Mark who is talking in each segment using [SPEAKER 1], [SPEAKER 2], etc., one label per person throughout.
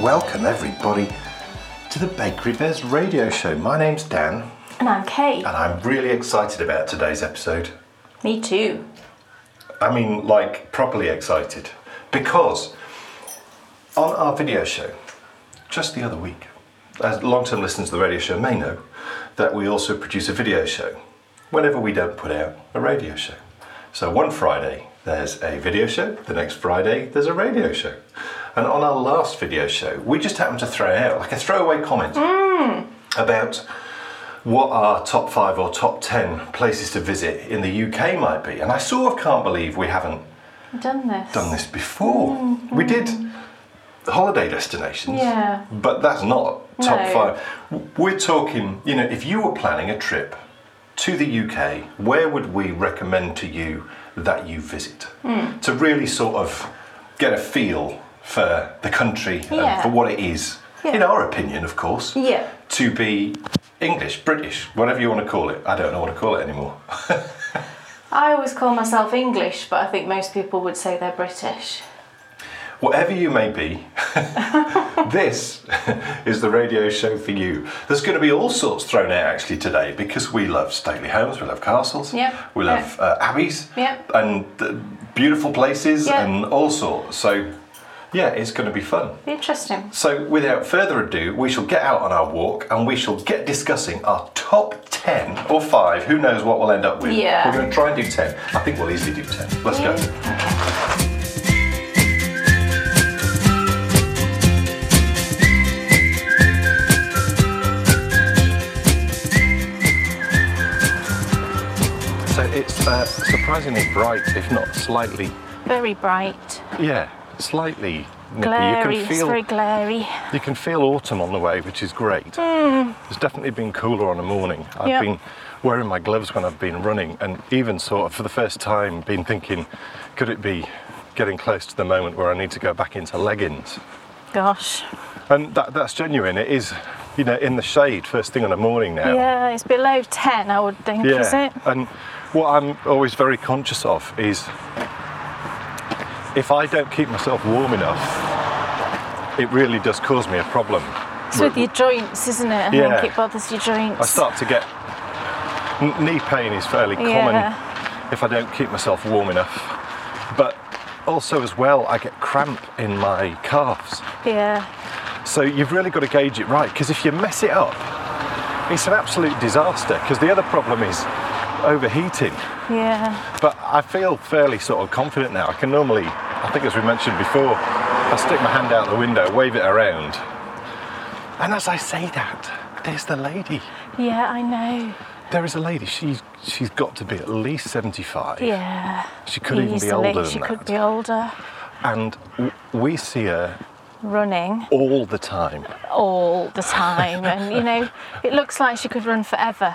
[SPEAKER 1] Welcome, everybody, to the Bakery Bears radio show. My name's Dan,
[SPEAKER 2] And I'm Kate.
[SPEAKER 1] and I'm really excited about today's episode.
[SPEAKER 2] Me too.
[SPEAKER 1] I mean, like, properly excited. Because on our video show, just the other week, as long term listeners of the radio show may know, that we also produce a video show whenever we don't put out a radio show. So one Friday, there's a video show, the next Friday, there's a radio show. And on our last video show, we just happened to throw out like a throwaway comment about what our top five or top ten places to visit in the UK might be. And I sort of can't believe we haven't
[SPEAKER 2] I've done this.
[SPEAKER 1] done this before. We did holiday destinations,
[SPEAKER 2] Mm-hmm. Yeah.
[SPEAKER 1] but that's not top
[SPEAKER 2] No.
[SPEAKER 1] five. W- We're talking, you know, if you were planning a trip to the UK, where would we recommend to you that you visit
[SPEAKER 2] Hmm.
[SPEAKER 1] to really sort of get a feel for the country and
[SPEAKER 2] Yeah.
[SPEAKER 1] for what it is, in
[SPEAKER 2] Yeah.
[SPEAKER 1] our opinion, of course,
[SPEAKER 2] Yeah.
[SPEAKER 1] to be English, British, whatever you want to call it. I don't know what to call it anymore.
[SPEAKER 2] I always call myself English, but I think most people would say they're British.
[SPEAKER 1] Whatever you may be, this is the radio show for you. There's going to be all sorts thrown out actually today because we love stately homes, we love castles,
[SPEAKER 2] Yep,
[SPEAKER 1] we love uh, abbeys,
[SPEAKER 2] Yep.
[SPEAKER 1] and uh, beautiful places
[SPEAKER 2] Yep.
[SPEAKER 1] and all sorts. So, yeah, it's going to be fun.
[SPEAKER 2] Interesting.
[SPEAKER 1] So, without further ado, we shall get out on our walk and we shall get discussing our top 10 or 5. Who knows what we'll end up with?
[SPEAKER 2] Yeah.
[SPEAKER 1] We're going to try and do 10. I think we'll easily do 10. Let's go. So it's uh, surprisingly bright, if not slightly,
[SPEAKER 2] Very bright.
[SPEAKER 1] yeah, slightly nippy.
[SPEAKER 2] Glary.
[SPEAKER 1] you can
[SPEAKER 2] It's
[SPEAKER 1] feel
[SPEAKER 2] very glary.
[SPEAKER 1] you can feel autumn on the way, which is great.
[SPEAKER 2] Hmm.
[SPEAKER 1] It's definitely been cooler on the morning. I've
[SPEAKER 2] Yep.
[SPEAKER 1] been wearing my gloves when I've been running, and even sort of for the first time, been thinking, could it be getting close to the moment where I need to go back into leggings?
[SPEAKER 2] Gosh.
[SPEAKER 1] And that, that's genuine. It is, you know, in the shade first thing on the morning now.
[SPEAKER 2] Yeah, it's below 10, I would think, is it?
[SPEAKER 1] And what I'm always very conscious of is if I don't keep myself warm enough, it really does cause me a problem.
[SPEAKER 2] It's with your joints, isn't it? I
[SPEAKER 1] Yeah.
[SPEAKER 2] think it bothers your joints.
[SPEAKER 1] I start to get n- knee pain is fairly
[SPEAKER 2] Yeah.
[SPEAKER 1] common if I don't keep myself warm enough. But also as well, I get cramp in my calves.
[SPEAKER 2] Yeah.
[SPEAKER 1] So you've really got to gauge it right because if you mess it up, it's an absolute disaster. Because the other problem is overheating.
[SPEAKER 2] Yeah.
[SPEAKER 1] But I feel fairly sort of confident now. I can normally, I think as we mentioned before, I stick my hand out the window, wave it around, and as I say that, there's the lady.
[SPEAKER 2] Yeah, I know.
[SPEAKER 1] There is a lady. She's she's got to be at least seventy-five.
[SPEAKER 2] Yeah.
[SPEAKER 1] She could even be
[SPEAKER 2] Easily.
[SPEAKER 1] older than
[SPEAKER 2] She
[SPEAKER 1] that.
[SPEAKER 2] could be older.
[SPEAKER 1] And w- we see her
[SPEAKER 2] Running
[SPEAKER 1] all the time,
[SPEAKER 2] all the time. and, you know, it looks like she could run forever.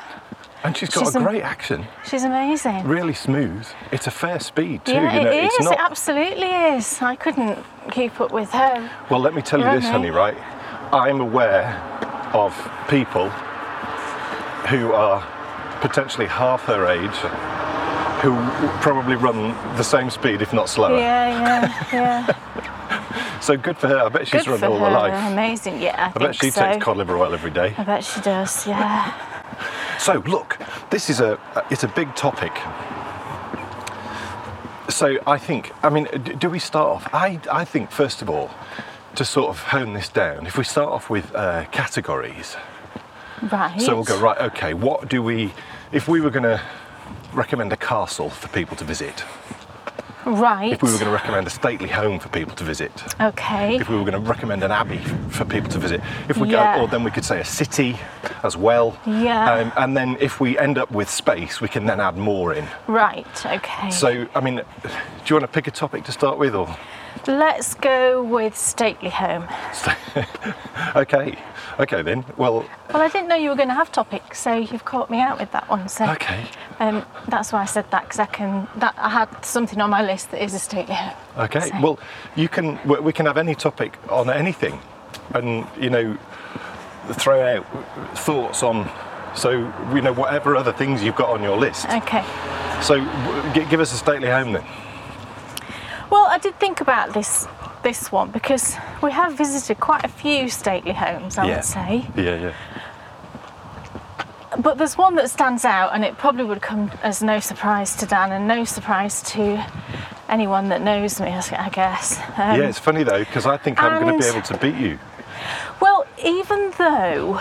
[SPEAKER 1] and she's got
[SPEAKER 2] She's
[SPEAKER 1] a
[SPEAKER 2] am-
[SPEAKER 1] great action.
[SPEAKER 2] She's amazing.
[SPEAKER 1] Really smooth. It's a fair speed too.
[SPEAKER 2] yeah,
[SPEAKER 1] you know,
[SPEAKER 2] it is.
[SPEAKER 1] it's not.
[SPEAKER 2] It absolutely is. I couldn't keep up with her.
[SPEAKER 1] Well, let me tell you
[SPEAKER 2] Right,
[SPEAKER 1] this,
[SPEAKER 2] mate.
[SPEAKER 1] honey, right? I'm aware of people who are potentially half her age who probably run the same speed, if not slower.
[SPEAKER 2] Yeah, yeah, yeah.
[SPEAKER 1] So good for her. I bet she's
[SPEAKER 2] Good
[SPEAKER 1] run
[SPEAKER 2] for
[SPEAKER 1] all
[SPEAKER 2] her.
[SPEAKER 1] her life.
[SPEAKER 2] Amazing. Yeah, I,
[SPEAKER 1] I
[SPEAKER 2] think
[SPEAKER 1] bet she
[SPEAKER 2] so.
[SPEAKER 1] takes cod liver oil every day.
[SPEAKER 2] I bet she does. Yeah.
[SPEAKER 1] So look, this is a it's a big topic. So I think I mean, d- do we start off? I I think first of all, to sort of hone this down, if we start off with uh, categories.
[SPEAKER 2] Right.
[SPEAKER 1] So we'll go right. Okay, what do we? If we were going to recommend a castle for people to visit,
[SPEAKER 2] Right.
[SPEAKER 1] if we were going to recommend a stately home for people to visit,
[SPEAKER 2] okay.
[SPEAKER 1] if we were going to recommend an abbey for people to visit, if we
[SPEAKER 2] Yeah.
[SPEAKER 1] go, or then we could say a city as well.
[SPEAKER 2] Yeah.
[SPEAKER 1] Um, and then if we end up with space, we can then add more in.
[SPEAKER 2] Right. Okay.
[SPEAKER 1] So I mean, do you want to pick a topic to start with, or?
[SPEAKER 2] let's go with stately home.
[SPEAKER 1] okay, okay then. Well,
[SPEAKER 2] Well, I didn't know you were going to have topics, so you've caught me out with that one. So.
[SPEAKER 1] okay,
[SPEAKER 2] Um, that's why I said that because I can. That I had something on my list that is a stately home.
[SPEAKER 1] Okay.
[SPEAKER 2] So-
[SPEAKER 1] Well, you can. we- We can have any topic on anything, and you know, throw out thoughts on. So you know, whatever other things you've got on your list.
[SPEAKER 2] Okay.
[SPEAKER 1] So w- gi- give us a stately home then.
[SPEAKER 2] Well, I did think about this this one because we have visited quite a few stately homes, I
[SPEAKER 1] yeah.
[SPEAKER 2] would say.
[SPEAKER 1] Yeah, yeah.
[SPEAKER 2] But there's one that stands out, and it probably would come as no surprise to Dan and no surprise to anyone that knows me, I s- I guess. Um,
[SPEAKER 1] yeah, it's funny though, because I think I'm going to be
[SPEAKER 2] and-
[SPEAKER 1] able to beat you.
[SPEAKER 2] Well, even though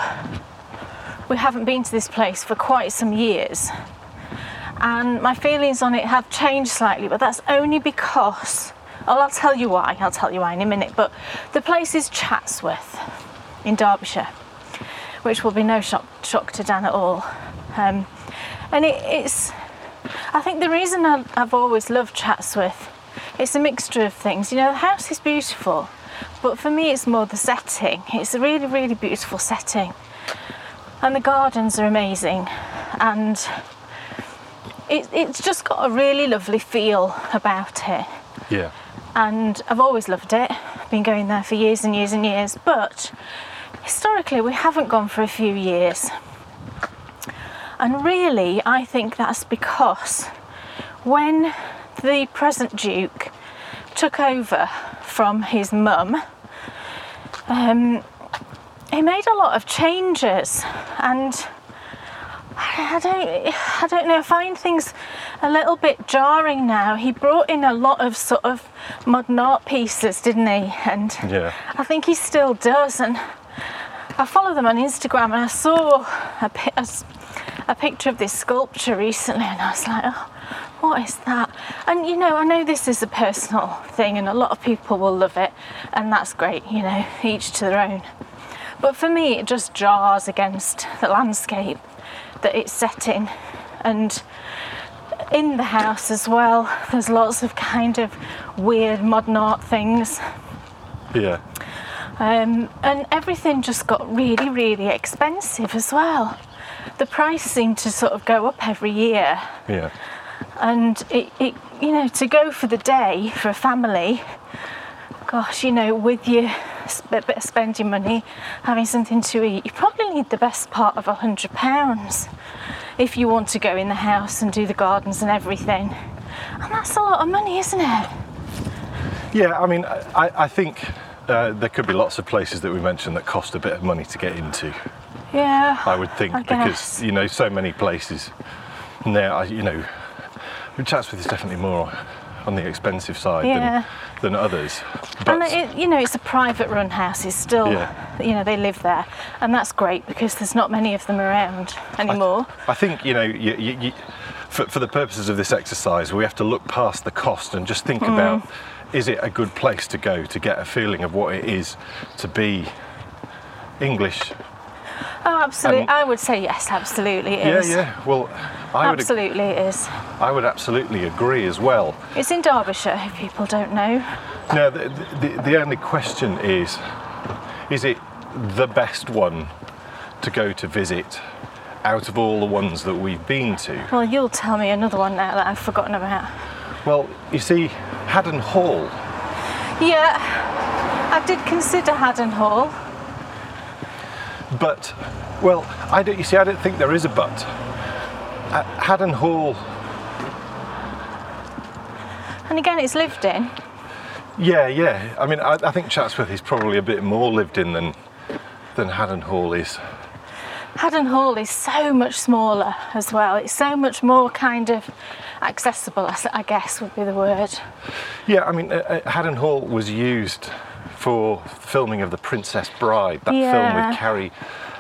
[SPEAKER 2] we haven't been to this place for quite some years, and my feelings on it have changed slightly, but that's only because, oh, I'll tell you why, I'll tell you why in a minute, but the place is Chatsworth in Derbyshire, which will be no shock, shock to Dan at all. Um, and it, it's, I think the reason I, I've always loved Chatsworth, it's a mixture of things. You know, the house is beautiful, but for me, it's more the setting. It's a really, really beautiful setting, and the gardens are amazing, and it, it's just got a really lovely feel about it.
[SPEAKER 1] Yeah.
[SPEAKER 2] And I've always loved it. Been going there for years and years and years, but historically, we haven't gone for a few years. And really, I think that's because when the present Duke took over from his mum, um, he made a lot of changes, and I I don't, I don't know. I find things a little bit jarring now. He brought in a lot of sort of modern art pieces, didn't he? And
[SPEAKER 1] Yeah.
[SPEAKER 2] I think he still does, and I follow them on Instagram, and I saw a, pi- a s- a picture of this sculpture recently, and I was like, oh, what is that? And you know, I know this is a personal thing, and a lot of people will love it, and that's great, you know, each to their own. But for me, it just jars against the landscape that it's set in, and in the house as well. There's lots of kind of weird modern art things.
[SPEAKER 1] Yeah.
[SPEAKER 2] Um, and everything just got really, really expensive as well. The price seemed to sort of go up every year,
[SPEAKER 1] Yeah.
[SPEAKER 2] and it, it you know, to go for the day for a family, gosh, you know, with your sp- bit of spend your money, having something to eat, you probably need the best part of a hundred pounds if you want to go in the house and do the gardens and everything. And that's a lot of money, isn't it?
[SPEAKER 1] Yeah, I mean, I, I- I think uh, there could be lots of places that we mentioned that cost a bit of money to get into.
[SPEAKER 2] Yeah.
[SPEAKER 1] I would think
[SPEAKER 2] I
[SPEAKER 1] because
[SPEAKER 2] guess.
[SPEAKER 1] you know so many places now. I- You know, Chatsworth is definitely more on the expensive side
[SPEAKER 2] Yeah.
[SPEAKER 1] than, than others.
[SPEAKER 2] And
[SPEAKER 1] But
[SPEAKER 2] it, you know, it's a private run house. It's still,
[SPEAKER 1] Yeah.
[SPEAKER 2] you know, they live there, and that's great because there's not many of them around anymore.
[SPEAKER 1] I think you know you, you, you, for, for the purposes of this exercise, we have to look past the cost and just think about is it a good place to go to get a feeling of what it is to be English.
[SPEAKER 2] oh, absolutely.
[SPEAKER 1] um,
[SPEAKER 2] I would say yes, absolutely. It
[SPEAKER 1] Yeah,
[SPEAKER 2] is.
[SPEAKER 1] yeah. Well, I would ag-
[SPEAKER 2] absolutely, it is.
[SPEAKER 1] I would absolutely agree as well.
[SPEAKER 2] It's in Derbyshire, if people don't know.
[SPEAKER 1] Now, the, the, the only question is is it the best one to go to visit out of all the ones that we've been to?
[SPEAKER 2] Well, you'll tell me another one now that I've forgotten about.
[SPEAKER 1] Well, you see, Haddon Hall,
[SPEAKER 2] Yeah, I did consider Haddon Hall.
[SPEAKER 1] but, well, I don't, you see, I don't think there is a but. Uh, Haddon Hall,
[SPEAKER 2] And again, it's lived in.
[SPEAKER 1] yeah, yeah. I mean, I, I think Chatsworth is probably a bit more lived in than, than Haddon Hall is.
[SPEAKER 2] Haddon Hall is so much smaller as well. It's so much more kind of accessible, I s- I guess would be the word.
[SPEAKER 1] Yeah, I mean, uh, uh, Haddon Hall was used for filming of The Princess Bride, that film
[SPEAKER 2] Yeah.
[SPEAKER 1] with Carrie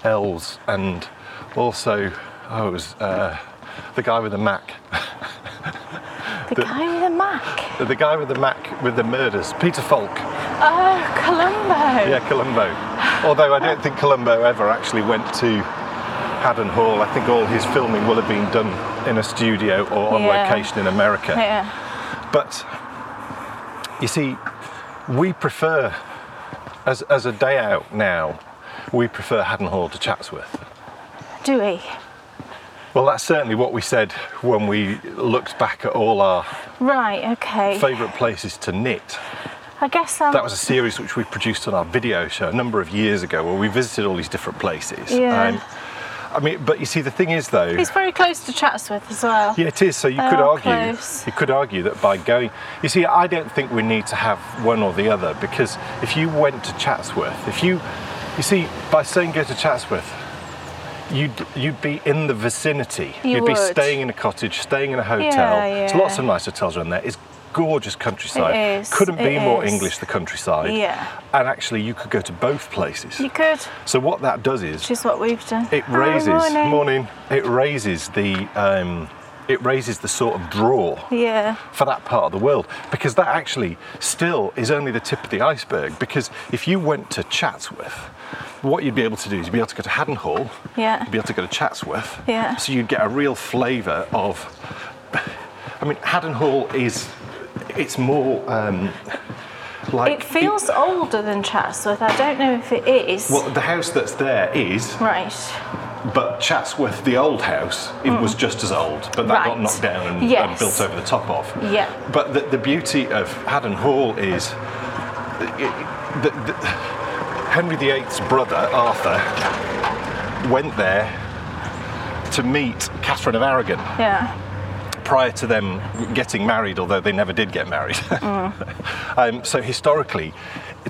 [SPEAKER 1] Ells, and also, oh, it was uh, the guy with the Mac,
[SPEAKER 2] The, guy with the Mac.
[SPEAKER 1] the guy with the Mac with the murders, Peter Falk,
[SPEAKER 2] Oh, Columbo.
[SPEAKER 1] yeah, Columbo. Although I don't think Columbo ever actually went to Haddon Hall. I think all his filming will have been done in a studio or on
[SPEAKER 2] Yeah.
[SPEAKER 1] location in America.
[SPEAKER 2] Yeah.
[SPEAKER 1] But you see, we prefer, as, as a day out now, we prefer Haddon Hall to Chatsworth.
[SPEAKER 2] Do we?
[SPEAKER 1] Well, that's certainly what we said when we looked back at all our
[SPEAKER 2] Right, okay.
[SPEAKER 1] favourite places to knit.
[SPEAKER 2] I guess um, I'll,
[SPEAKER 1] That was a series which we produced on our video show a number of years ago where we visited all these different places. Um,
[SPEAKER 2] Yeah.
[SPEAKER 1] I mean, but you see, the thing is, though,
[SPEAKER 2] It's very close to Chatsworth as well.
[SPEAKER 1] yeah, it is. So you
[SPEAKER 2] They
[SPEAKER 1] could
[SPEAKER 2] are
[SPEAKER 1] argue,
[SPEAKER 2] Oh, close.
[SPEAKER 1] you could argue that by going, you see, I don't think we need to have one or the other because if you went to Chatsworth, if you, you see, by saying go to Chatsworth, you'd you'd be in the vicinity.
[SPEAKER 2] You
[SPEAKER 1] would be
[SPEAKER 2] would.
[SPEAKER 1] staying in a cottage, staying in a hotel.
[SPEAKER 2] Yeah,
[SPEAKER 1] There's lots
[SPEAKER 2] yeah.
[SPEAKER 1] of nice hotels around there. It's gorgeous countryside.
[SPEAKER 2] It is,
[SPEAKER 1] Couldn't be
[SPEAKER 2] it
[SPEAKER 1] more
[SPEAKER 2] is.
[SPEAKER 1] English the countryside.
[SPEAKER 2] Yeah.
[SPEAKER 1] And actually, you could go to both places.
[SPEAKER 2] You could,
[SPEAKER 1] So what that does is
[SPEAKER 2] which is what we've done.
[SPEAKER 1] it
[SPEAKER 2] Hi,
[SPEAKER 1] raises
[SPEAKER 2] morning.
[SPEAKER 1] It raises the um, it raises the sort of draw
[SPEAKER 2] Yeah.
[SPEAKER 1] for that part of the world because that actually still is only the tip of the iceberg. Because if you went to Chatsworth, what you'd be able to do is you'd be able to go to Haddon Hall,
[SPEAKER 2] Yeah.
[SPEAKER 1] you'd be able to go to Chatsworth,
[SPEAKER 2] Yeah.
[SPEAKER 1] so you'd get a real flavour of. I mean, Haddon Hall is it's more um, like
[SPEAKER 2] It feels older than Chatsworth. I don't know if it is.
[SPEAKER 1] well, the house that's there is
[SPEAKER 2] Right.
[SPEAKER 1] But Chatsworth, the old house, it was just as old, but that got
[SPEAKER 2] Mm. Right.
[SPEAKER 1] knocked down and, and
[SPEAKER 2] Yes.
[SPEAKER 1] built over the top of.
[SPEAKER 2] Yeah.
[SPEAKER 1] But the, the beauty of Haddon Hall is that the, the, Henry VIII's brother, Arthur, went there to meet Catherine of Aragon
[SPEAKER 2] Yeah.
[SPEAKER 1] prior to them getting married, although they never did get married. um, so historically,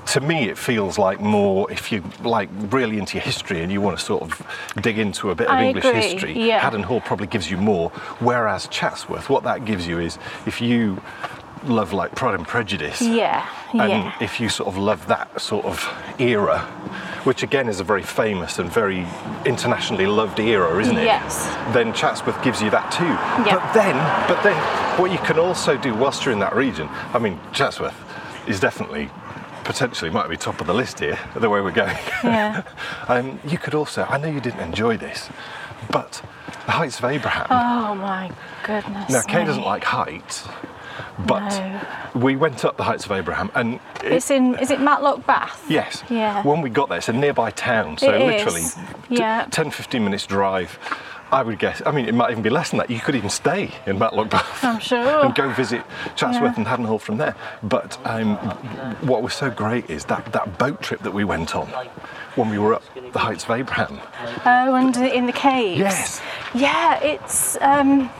[SPEAKER 1] to me, it feels like more if you like really into your history and you want to sort of dig into a bit of
[SPEAKER 2] I
[SPEAKER 1] English
[SPEAKER 2] agree,
[SPEAKER 1] history.
[SPEAKER 2] yeah.
[SPEAKER 1] Haddon Hall probably gives you more. Whereas Chatsworth, what that gives you is if you love like Pride and Prejudice.
[SPEAKER 2] Yeah.
[SPEAKER 1] And
[SPEAKER 2] Yeah.
[SPEAKER 1] if you sort of love that sort of era, which again is a very famous and very internationally loved era, isn't it?
[SPEAKER 2] Yes.
[SPEAKER 1] Then Chatsworth gives you that too.
[SPEAKER 2] Yeah.
[SPEAKER 1] But then, but then, what you can also do whilst you're in that region, I mean, Chatsworth is definitely potentially might be top of the list here, the way we're going.
[SPEAKER 2] Yeah.
[SPEAKER 1] um, you could also, I know you didn't enjoy this, but the Heights of Abraham.
[SPEAKER 2] Oh my goodness.
[SPEAKER 1] Now, Kay
[SPEAKER 2] me.
[SPEAKER 1] doesn't like heights, but
[SPEAKER 2] No.
[SPEAKER 1] we went up the Heights of Abraham, and it-
[SPEAKER 2] It's in. Is it Matlock Bath?
[SPEAKER 1] yes,
[SPEAKER 2] Yeah.
[SPEAKER 1] when we got there, it's a nearby town, so
[SPEAKER 2] It
[SPEAKER 1] literally
[SPEAKER 2] is,
[SPEAKER 1] t-
[SPEAKER 2] yeah.
[SPEAKER 1] 10 15 minutes drive. I would guess, I mean, it might even be less than that. You could even stay in Matlock Bath.
[SPEAKER 2] I'm sure.
[SPEAKER 1] And go visit Chatsworth
[SPEAKER 2] Yeah.
[SPEAKER 1] and Haddon Hall from there. But um, what was so great is that, that boat trip that we went on when we were up the Heights of Abraham.
[SPEAKER 2] Oh, and in the caves.
[SPEAKER 1] Yes.
[SPEAKER 2] Yeah, it's. Um,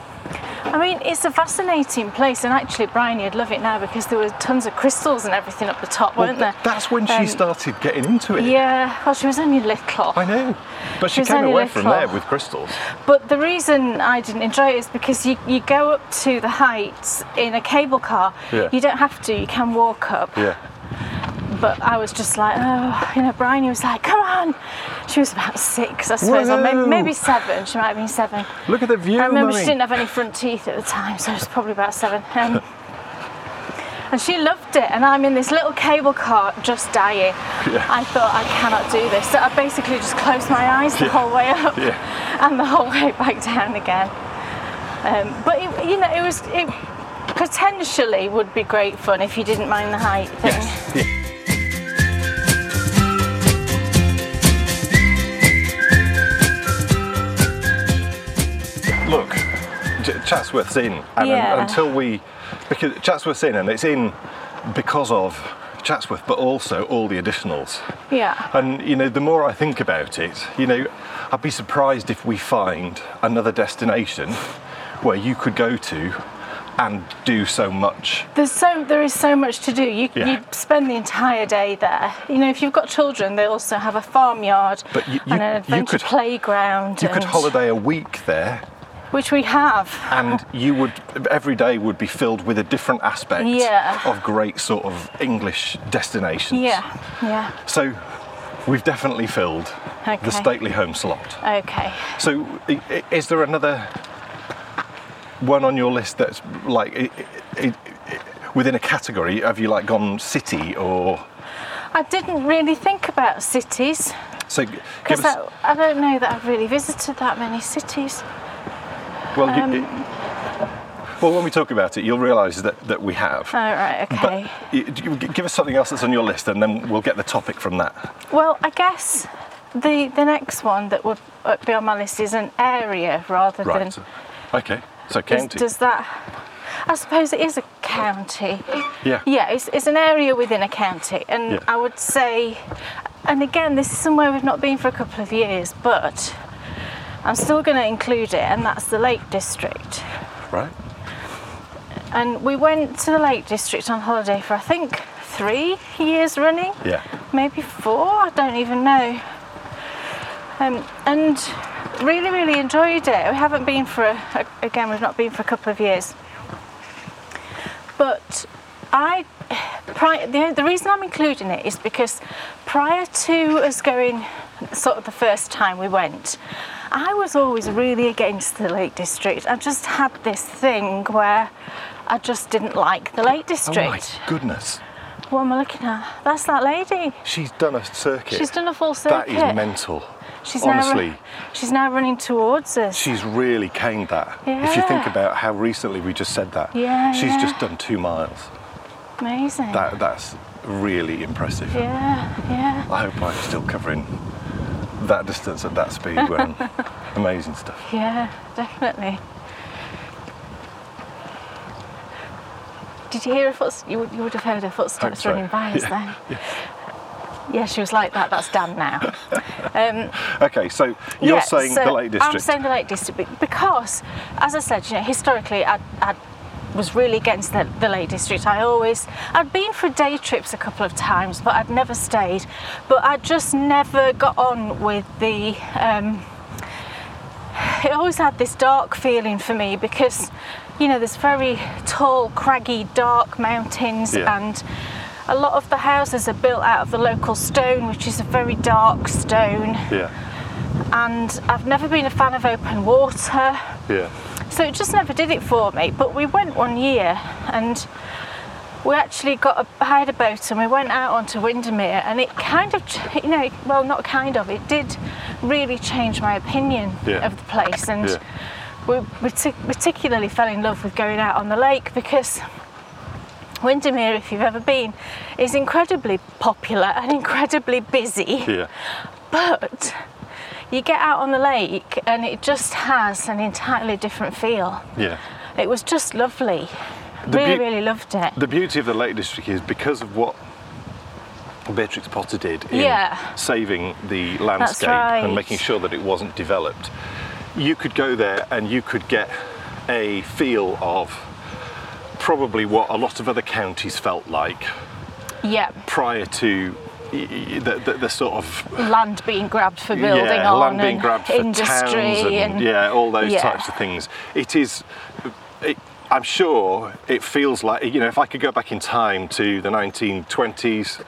[SPEAKER 2] I mean, it's a fascinating place, and actually, Brian, you'd love it now because there were tons of crystals and everything up the top,
[SPEAKER 1] Well,
[SPEAKER 2] weren't
[SPEAKER 1] th-
[SPEAKER 2] there?
[SPEAKER 1] that's when she
[SPEAKER 2] Um,
[SPEAKER 1] started getting into it.
[SPEAKER 2] Yeah, well, she was only little.
[SPEAKER 1] I know. But she
[SPEAKER 2] She's
[SPEAKER 1] came
[SPEAKER 2] only
[SPEAKER 1] away from
[SPEAKER 2] little.
[SPEAKER 1] there with crystals.
[SPEAKER 2] But the reason I didn't enjoy it is because you, you go up to the heights in a cable car.
[SPEAKER 1] Yeah.
[SPEAKER 2] You don't have to, you can walk up.
[SPEAKER 1] Yeah.
[SPEAKER 2] But I was just like, oh, you know, Brian, he was like, come on. She was about six, I suppose, or
[SPEAKER 1] Whoa.
[SPEAKER 2] maybe, maybe seven. She might have been seven.
[SPEAKER 1] Look at the view.
[SPEAKER 2] I remember she
[SPEAKER 1] mummy.
[SPEAKER 2] didn't have any front teeth at the time, so it's probably about seven. Um, and she loved it, and I'm in this little cable car just dying.
[SPEAKER 1] Yeah.
[SPEAKER 2] I thought I cannot do this, so I basically just closed my eyes the
[SPEAKER 1] Yeah.
[SPEAKER 2] whole way up
[SPEAKER 1] Yeah.
[SPEAKER 2] and the whole way back down again. Um, but it, you know, it was it potentially would be great fun if you didn't mind the height thing.
[SPEAKER 1] Yes. Yeah. Look, Ch- Chatsworth's in, and
[SPEAKER 2] Yeah.
[SPEAKER 1] un- until we, because Chatsworth's in, and it's in because of Chatsworth, but also all the additionals.
[SPEAKER 2] Yeah.
[SPEAKER 1] And you know, the more I think about it, you know, I'd be surprised if we find another destination where you could go to and do so much.
[SPEAKER 2] There's so there is so much to do. You,
[SPEAKER 1] Yeah.
[SPEAKER 2] you spend the entire day there. You know, if you've got children, they also have a farmyard
[SPEAKER 1] But you- you-
[SPEAKER 2] and an
[SPEAKER 1] you
[SPEAKER 2] adventure
[SPEAKER 1] could-
[SPEAKER 2] playground,
[SPEAKER 1] You could
[SPEAKER 2] and-
[SPEAKER 1] holiday a week there
[SPEAKER 2] which we have.
[SPEAKER 1] and you would every day would be filled with a different aspect
[SPEAKER 2] Yeah.
[SPEAKER 1] of great sort of English destinations.
[SPEAKER 2] Yeah, yeah.
[SPEAKER 1] So we've definitely filled
[SPEAKER 2] Okay.
[SPEAKER 1] the stately home slot.
[SPEAKER 2] Okay.
[SPEAKER 1] So i- i- is there another one on your list that's like i i i within a category? Have you like gone city or
[SPEAKER 2] I didn't really think about cities
[SPEAKER 1] so? give
[SPEAKER 2] because
[SPEAKER 1] us-
[SPEAKER 2] I don't know that I've really visited that many cities.
[SPEAKER 1] well,
[SPEAKER 2] um,
[SPEAKER 1] you, well, when we talk about it, you'll realise that, that we have.
[SPEAKER 2] Oh right, okay.
[SPEAKER 1] Y- do you- g- Give us something else that's on your list, and then we'll get the topic from that.
[SPEAKER 2] Well, I guess the the next one that would uh, be on my list is an area rather
[SPEAKER 1] Right.
[SPEAKER 2] than
[SPEAKER 1] Okay. So
[SPEAKER 2] is-
[SPEAKER 1] county.
[SPEAKER 2] does that. I suppose it is a county.
[SPEAKER 1] yeah.
[SPEAKER 2] Yeah, it's, it's an area within a county, and
[SPEAKER 1] Yeah.
[SPEAKER 2] I would say, and again, this is somewhere we've not been for a couple of years, but I'm still going to include it, and that's the Lake District.
[SPEAKER 1] Right.
[SPEAKER 2] And we went to the Lake District on holiday for I think three years running,
[SPEAKER 1] Yeah.
[SPEAKER 2] maybe four, I don't even know. Um, and really, really enjoyed it. We haven't been for, a, a- again, we've not been for a couple of years. But I, pri- the, the reason I'm including it is because prior to us going, sort of the first time we went, I was always really against the Lake District. I just had this thing where I just didn't like the Lake
[SPEAKER 1] Oh
[SPEAKER 2] District.
[SPEAKER 1] my goodness.
[SPEAKER 2] What am I looking at? That's that lady.
[SPEAKER 1] She's done a circuit.
[SPEAKER 2] She's done a full circuit.
[SPEAKER 1] That is mental.
[SPEAKER 2] She's
[SPEAKER 1] Honestly,
[SPEAKER 2] now, she's now running towards us.
[SPEAKER 1] she's really caned that. If you think
[SPEAKER 2] Yeah.
[SPEAKER 1] about how recently we just said that.
[SPEAKER 2] Yeah,
[SPEAKER 1] She's
[SPEAKER 2] yeah.
[SPEAKER 1] just done two miles.
[SPEAKER 2] Amazing.
[SPEAKER 1] That that's really impressive.
[SPEAKER 2] Yeah, yeah.
[SPEAKER 1] I hope I'm still covering that distance at that speed when amazing stuff.
[SPEAKER 2] Yeah, definitely. Did you hear her footsteps? You, would- you would have heard her
[SPEAKER 1] Hope
[SPEAKER 2] footsteps
[SPEAKER 1] so.
[SPEAKER 2] running by us
[SPEAKER 1] Yeah,
[SPEAKER 2] then. Yeah. she was like that. That's done now. Um,
[SPEAKER 1] Okay, so you're
[SPEAKER 2] yeah,
[SPEAKER 1] saying
[SPEAKER 2] so
[SPEAKER 1] the Lake District.
[SPEAKER 2] I'm saying the Lake District be- because, as I said, you know, historically I, I was really against the, the Lake District. I always, I'd been for day trips a couple of times, but I'd never stayed. But I just never got on with the. Um, it always had this dark feeling for me because you know there's very tall craggy dark mountains
[SPEAKER 1] Yeah.
[SPEAKER 2] and a lot of the houses are built out of the local stone which is a very dark stone
[SPEAKER 1] yeah,
[SPEAKER 2] and I've never been a fan of open water
[SPEAKER 1] yeah.
[SPEAKER 2] so it just never did it for me. But we went one year and we actually got a, hired a boat and we went out onto Windermere and it kind of, ch- you know, well, not kind of, it did really change my opinion
[SPEAKER 1] Yeah.
[SPEAKER 2] of the place. And
[SPEAKER 1] Yeah.
[SPEAKER 2] we, we t- particularly fell in love with going out on the lake because Windermere, if you've ever been, is incredibly popular and incredibly busy
[SPEAKER 1] Yeah.
[SPEAKER 2] but you get out on the lake and it just has an entirely different feel.
[SPEAKER 1] Yeah.
[SPEAKER 2] It was just lovely.
[SPEAKER 1] The
[SPEAKER 2] really,
[SPEAKER 1] beau-
[SPEAKER 2] really loved it.
[SPEAKER 1] The beauty of the Lake District is because of what Beatrix Potter did in
[SPEAKER 2] Yeah.
[SPEAKER 1] saving the landscape and
[SPEAKER 2] right.
[SPEAKER 1] making sure that it wasn't developed, you could go there and you could get a feel of probably what a lot of other counties felt like
[SPEAKER 2] yeah,
[SPEAKER 1] prior to y- y- the, the, the sort of
[SPEAKER 2] land being grabbed for building
[SPEAKER 1] yeah,
[SPEAKER 2] on
[SPEAKER 1] land being
[SPEAKER 2] and
[SPEAKER 1] grabbed for towns
[SPEAKER 2] industry
[SPEAKER 1] and,
[SPEAKER 2] and,
[SPEAKER 1] yeah, all those
[SPEAKER 2] yeah.
[SPEAKER 1] types of things. It is. It, I'm sure it feels like you know if I could go back in time to the 1920s,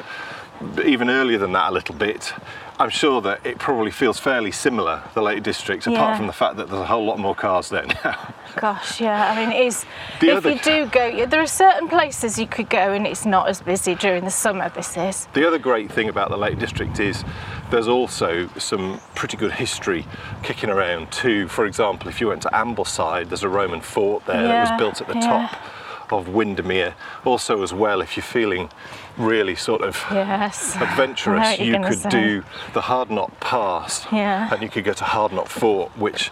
[SPEAKER 1] even earlier than that a little bit. I'm sure that it probably feels fairly similar, the Lake District, apart
[SPEAKER 2] Yeah.
[SPEAKER 1] from the fact that there's a whole lot more cars there now.
[SPEAKER 2] Gosh, yeah. I mean, it is.
[SPEAKER 1] The
[SPEAKER 2] if
[SPEAKER 1] other-
[SPEAKER 2] you do go, yeah, there are certain places you could go and it's not as busy during the summer. This is.
[SPEAKER 1] The other great thing about the Lake District is there's also some pretty good history kicking around too. For example, if you went to Ambleside, there's a Roman fort there that
[SPEAKER 2] Yeah,
[SPEAKER 1] was built at the
[SPEAKER 2] yeah.
[SPEAKER 1] top of Windermere. Also, as well, if you're feeling really sort of
[SPEAKER 2] Yes. I know
[SPEAKER 1] adventurous,
[SPEAKER 2] what you're
[SPEAKER 1] you
[SPEAKER 2] gonna
[SPEAKER 1] could
[SPEAKER 2] say.
[SPEAKER 1] do the Hard Knot Pass,
[SPEAKER 2] Yeah.
[SPEAKER 1] and you could go to Hard Knot Fort, which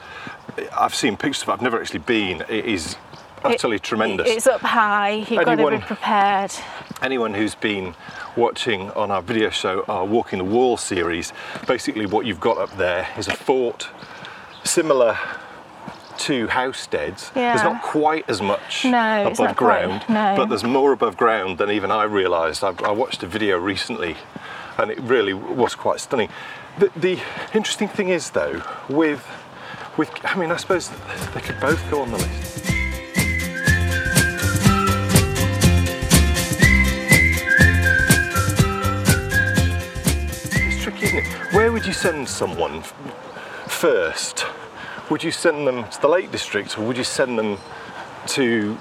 [SPEAKER 1] I've seen pictures of. I've never actually been. It is utterly
[SPEAKER 2] It-
[SPEAKER 1] tremendous
[SPEAKER 2] It's up high. You've got to
[SPEAKER 1] Anyone-
[SPEAKER 2] be prepared.
[SPEAKER 1] anyone who's been watching on our video show our walking the wall series basically what you've got up there is a fort similar to housesteads there's
[SPEAKER 2] Yeah.
[SPEAKER 1] not quite as much
[SPEAKER 2] No,
[SPEAKER 1] above
[SPEAKER 2] it's not quite,
[SPEAKER 1] ground
[SPEAKER 2] no.
[SPEAKER 1] but there's more above ground than even i realized I, I watched a video recently and it really was quite stunning the, the interesting thing is though with with i mean i suppose they could both go on the list It's tricky, isn't it? Where would you send someone f- first? Would you send them to the Lake District or would you send them to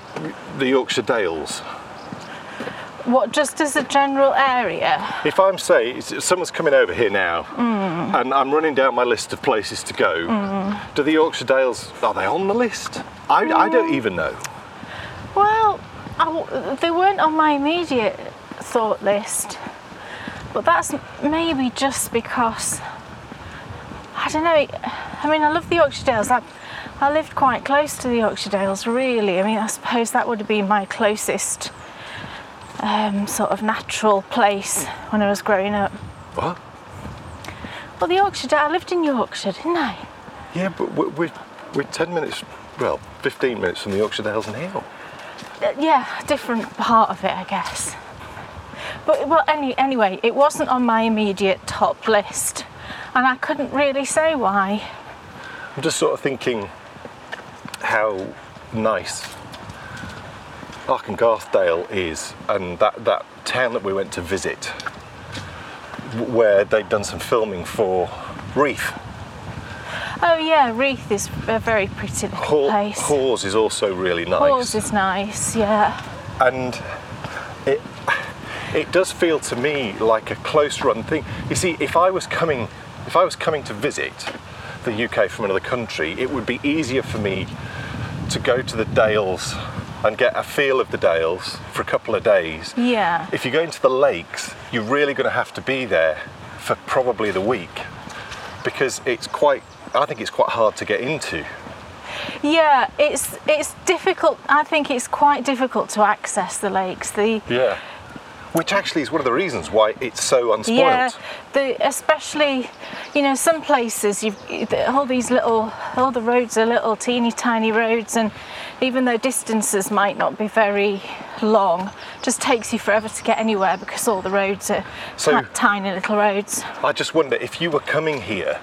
[SPEAKER 1] the Yorkshire Dales?
[SPEAKER 2] What just as a general area?
[SPEAKER 1] If I'm, say, s- someone's coming over here now and I'm running down my list of places to go, do the Yorkshire Dales, are they on the list? I, I don't even know.
[SPEAKER 2] Well, I w- they weren't on my immediate thought list, but that's maybe just because I don't know. I mean, I love the Yorkshire Dales. I, I lived quite close to the Yorkshire Dales, really. I mean, I suppose that would have been my closest um, sort of natural place when I was growing up.
[SPEAKER 1] What?
[SPEAKER 2] Well, the Yorkshire Dales, I lived in Yorkshire, didn't I?
[SPEAKER 1] Yeah, but we're, we're, we're 10 minutes, well, 15 minutes from the Yorkshire Dales and Hill.
[SPEAKER 2] Uh, yeah, different part of it, I guess. But well, any, anyway, it wasn't on my immediate top list, and I couldn't really say why.
[SPEAKER 1] I'm just sort of thinking how nice Garthdale is, and that, that town that we went to visit, w- where they'd done some filming for Reef.
[SPEAKER 2] Oh yeah, Wreath is a very pretty little
[SPEAKER 1] Haw-
[SPEAKER 2] place.
[SPEAKER 1] Hawes is also really nice.
[SPEAKER 2] Hawes is nice, yeah.
[SPEAKER 1] and it it does feel to me like a close run thing. You see, if I was coming if I was coming to visit the UK from another country, it would be easier for me to go to the Dales and get a feel of the Dales for a couple of days.
[SPEAKER 2] Yeah.
[SPEAKER 1] If you go into the lakes, you're really going to have to be there for probably the week because it's quite I think it's quite hard to get into.
[SPEAKER 2] Yeah, it's it's difficult. I think it's quite difficult to access the lakes. The
[SPEAKER 1] Yeah. Which actually is one of the reasons why it's so unspoiled.
[SPEAKER 2] yeah, the especially, you know, some places you've the- all these little, all the roads are little teeny tiny roads, and even though distances might not be very long, just takes you forever to get anywhere because all the roads are
[SPEAKER 1] So-
[SPEAKER 2] ti- tiny little roads.
[SPEAKER 1] I just wonder if you were coming here,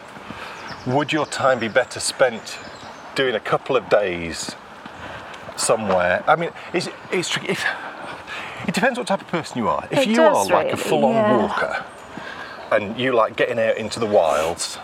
[SPEAKER 1] would your time be better spent doing a couple of days somewhere? I mean, is, it's tricky. If, it depends what type of person you are. If
[SPEAKER 2] It
[SPEAKER 1] you
[SPEAKER 2] does
[SPEAKER 1] are like a
[SPEAKER 2] really,
[SPEAKER 1] full on
[SPEAKER 2] yeah.
[SPEAKER 1] walker and you like getting out into the wilds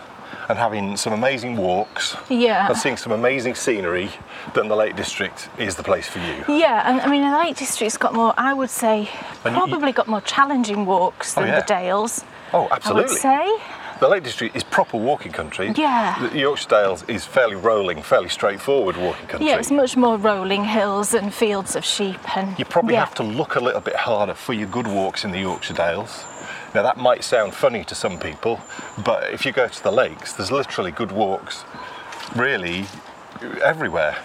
[SPEAKER 1] and having some amazing walks
[SPEAKER 2] Yeah.
[SPEAKER 1] and seeing some amazing scenery, then the Lake District is the place for you.
[SPEAKER 2] Yeah, and I mean, the Lake District's got more, I would say,
[SPEAKER 1] And you- you-
[SPEAKER 2] probably got more challenging walks
[SPEAKER 1] Oh,
[SPEAKER 2] than
[SPEAKER 1] yeah.
[SPEAKER 2] the Dales.
[SPEAKER 1] Oh,
[SPEAKER 2] I
[SPEAKER 1] absolutely.
[SPEAKER 2] would say.
[SPEAKER 1] The Lake District is proper walking country.
[SPEAKER 2] Yeah.
[SPEAKER 1] The Yorkshire Dales is fairly rolling, fairly straightforward walking country.
[SPEAKER 2] Yeah, it's much more rolling hills and fields of sheep and.
[SPEAKER 1] You probably
[SPEAKER 2] yeah.
[SPEAKER 1] have to look a little bit harder for your good walks in the Yorkshire Dales. Now, that might sound funny to some people, but if you go to the lakes, there's literally good walks really everywhere.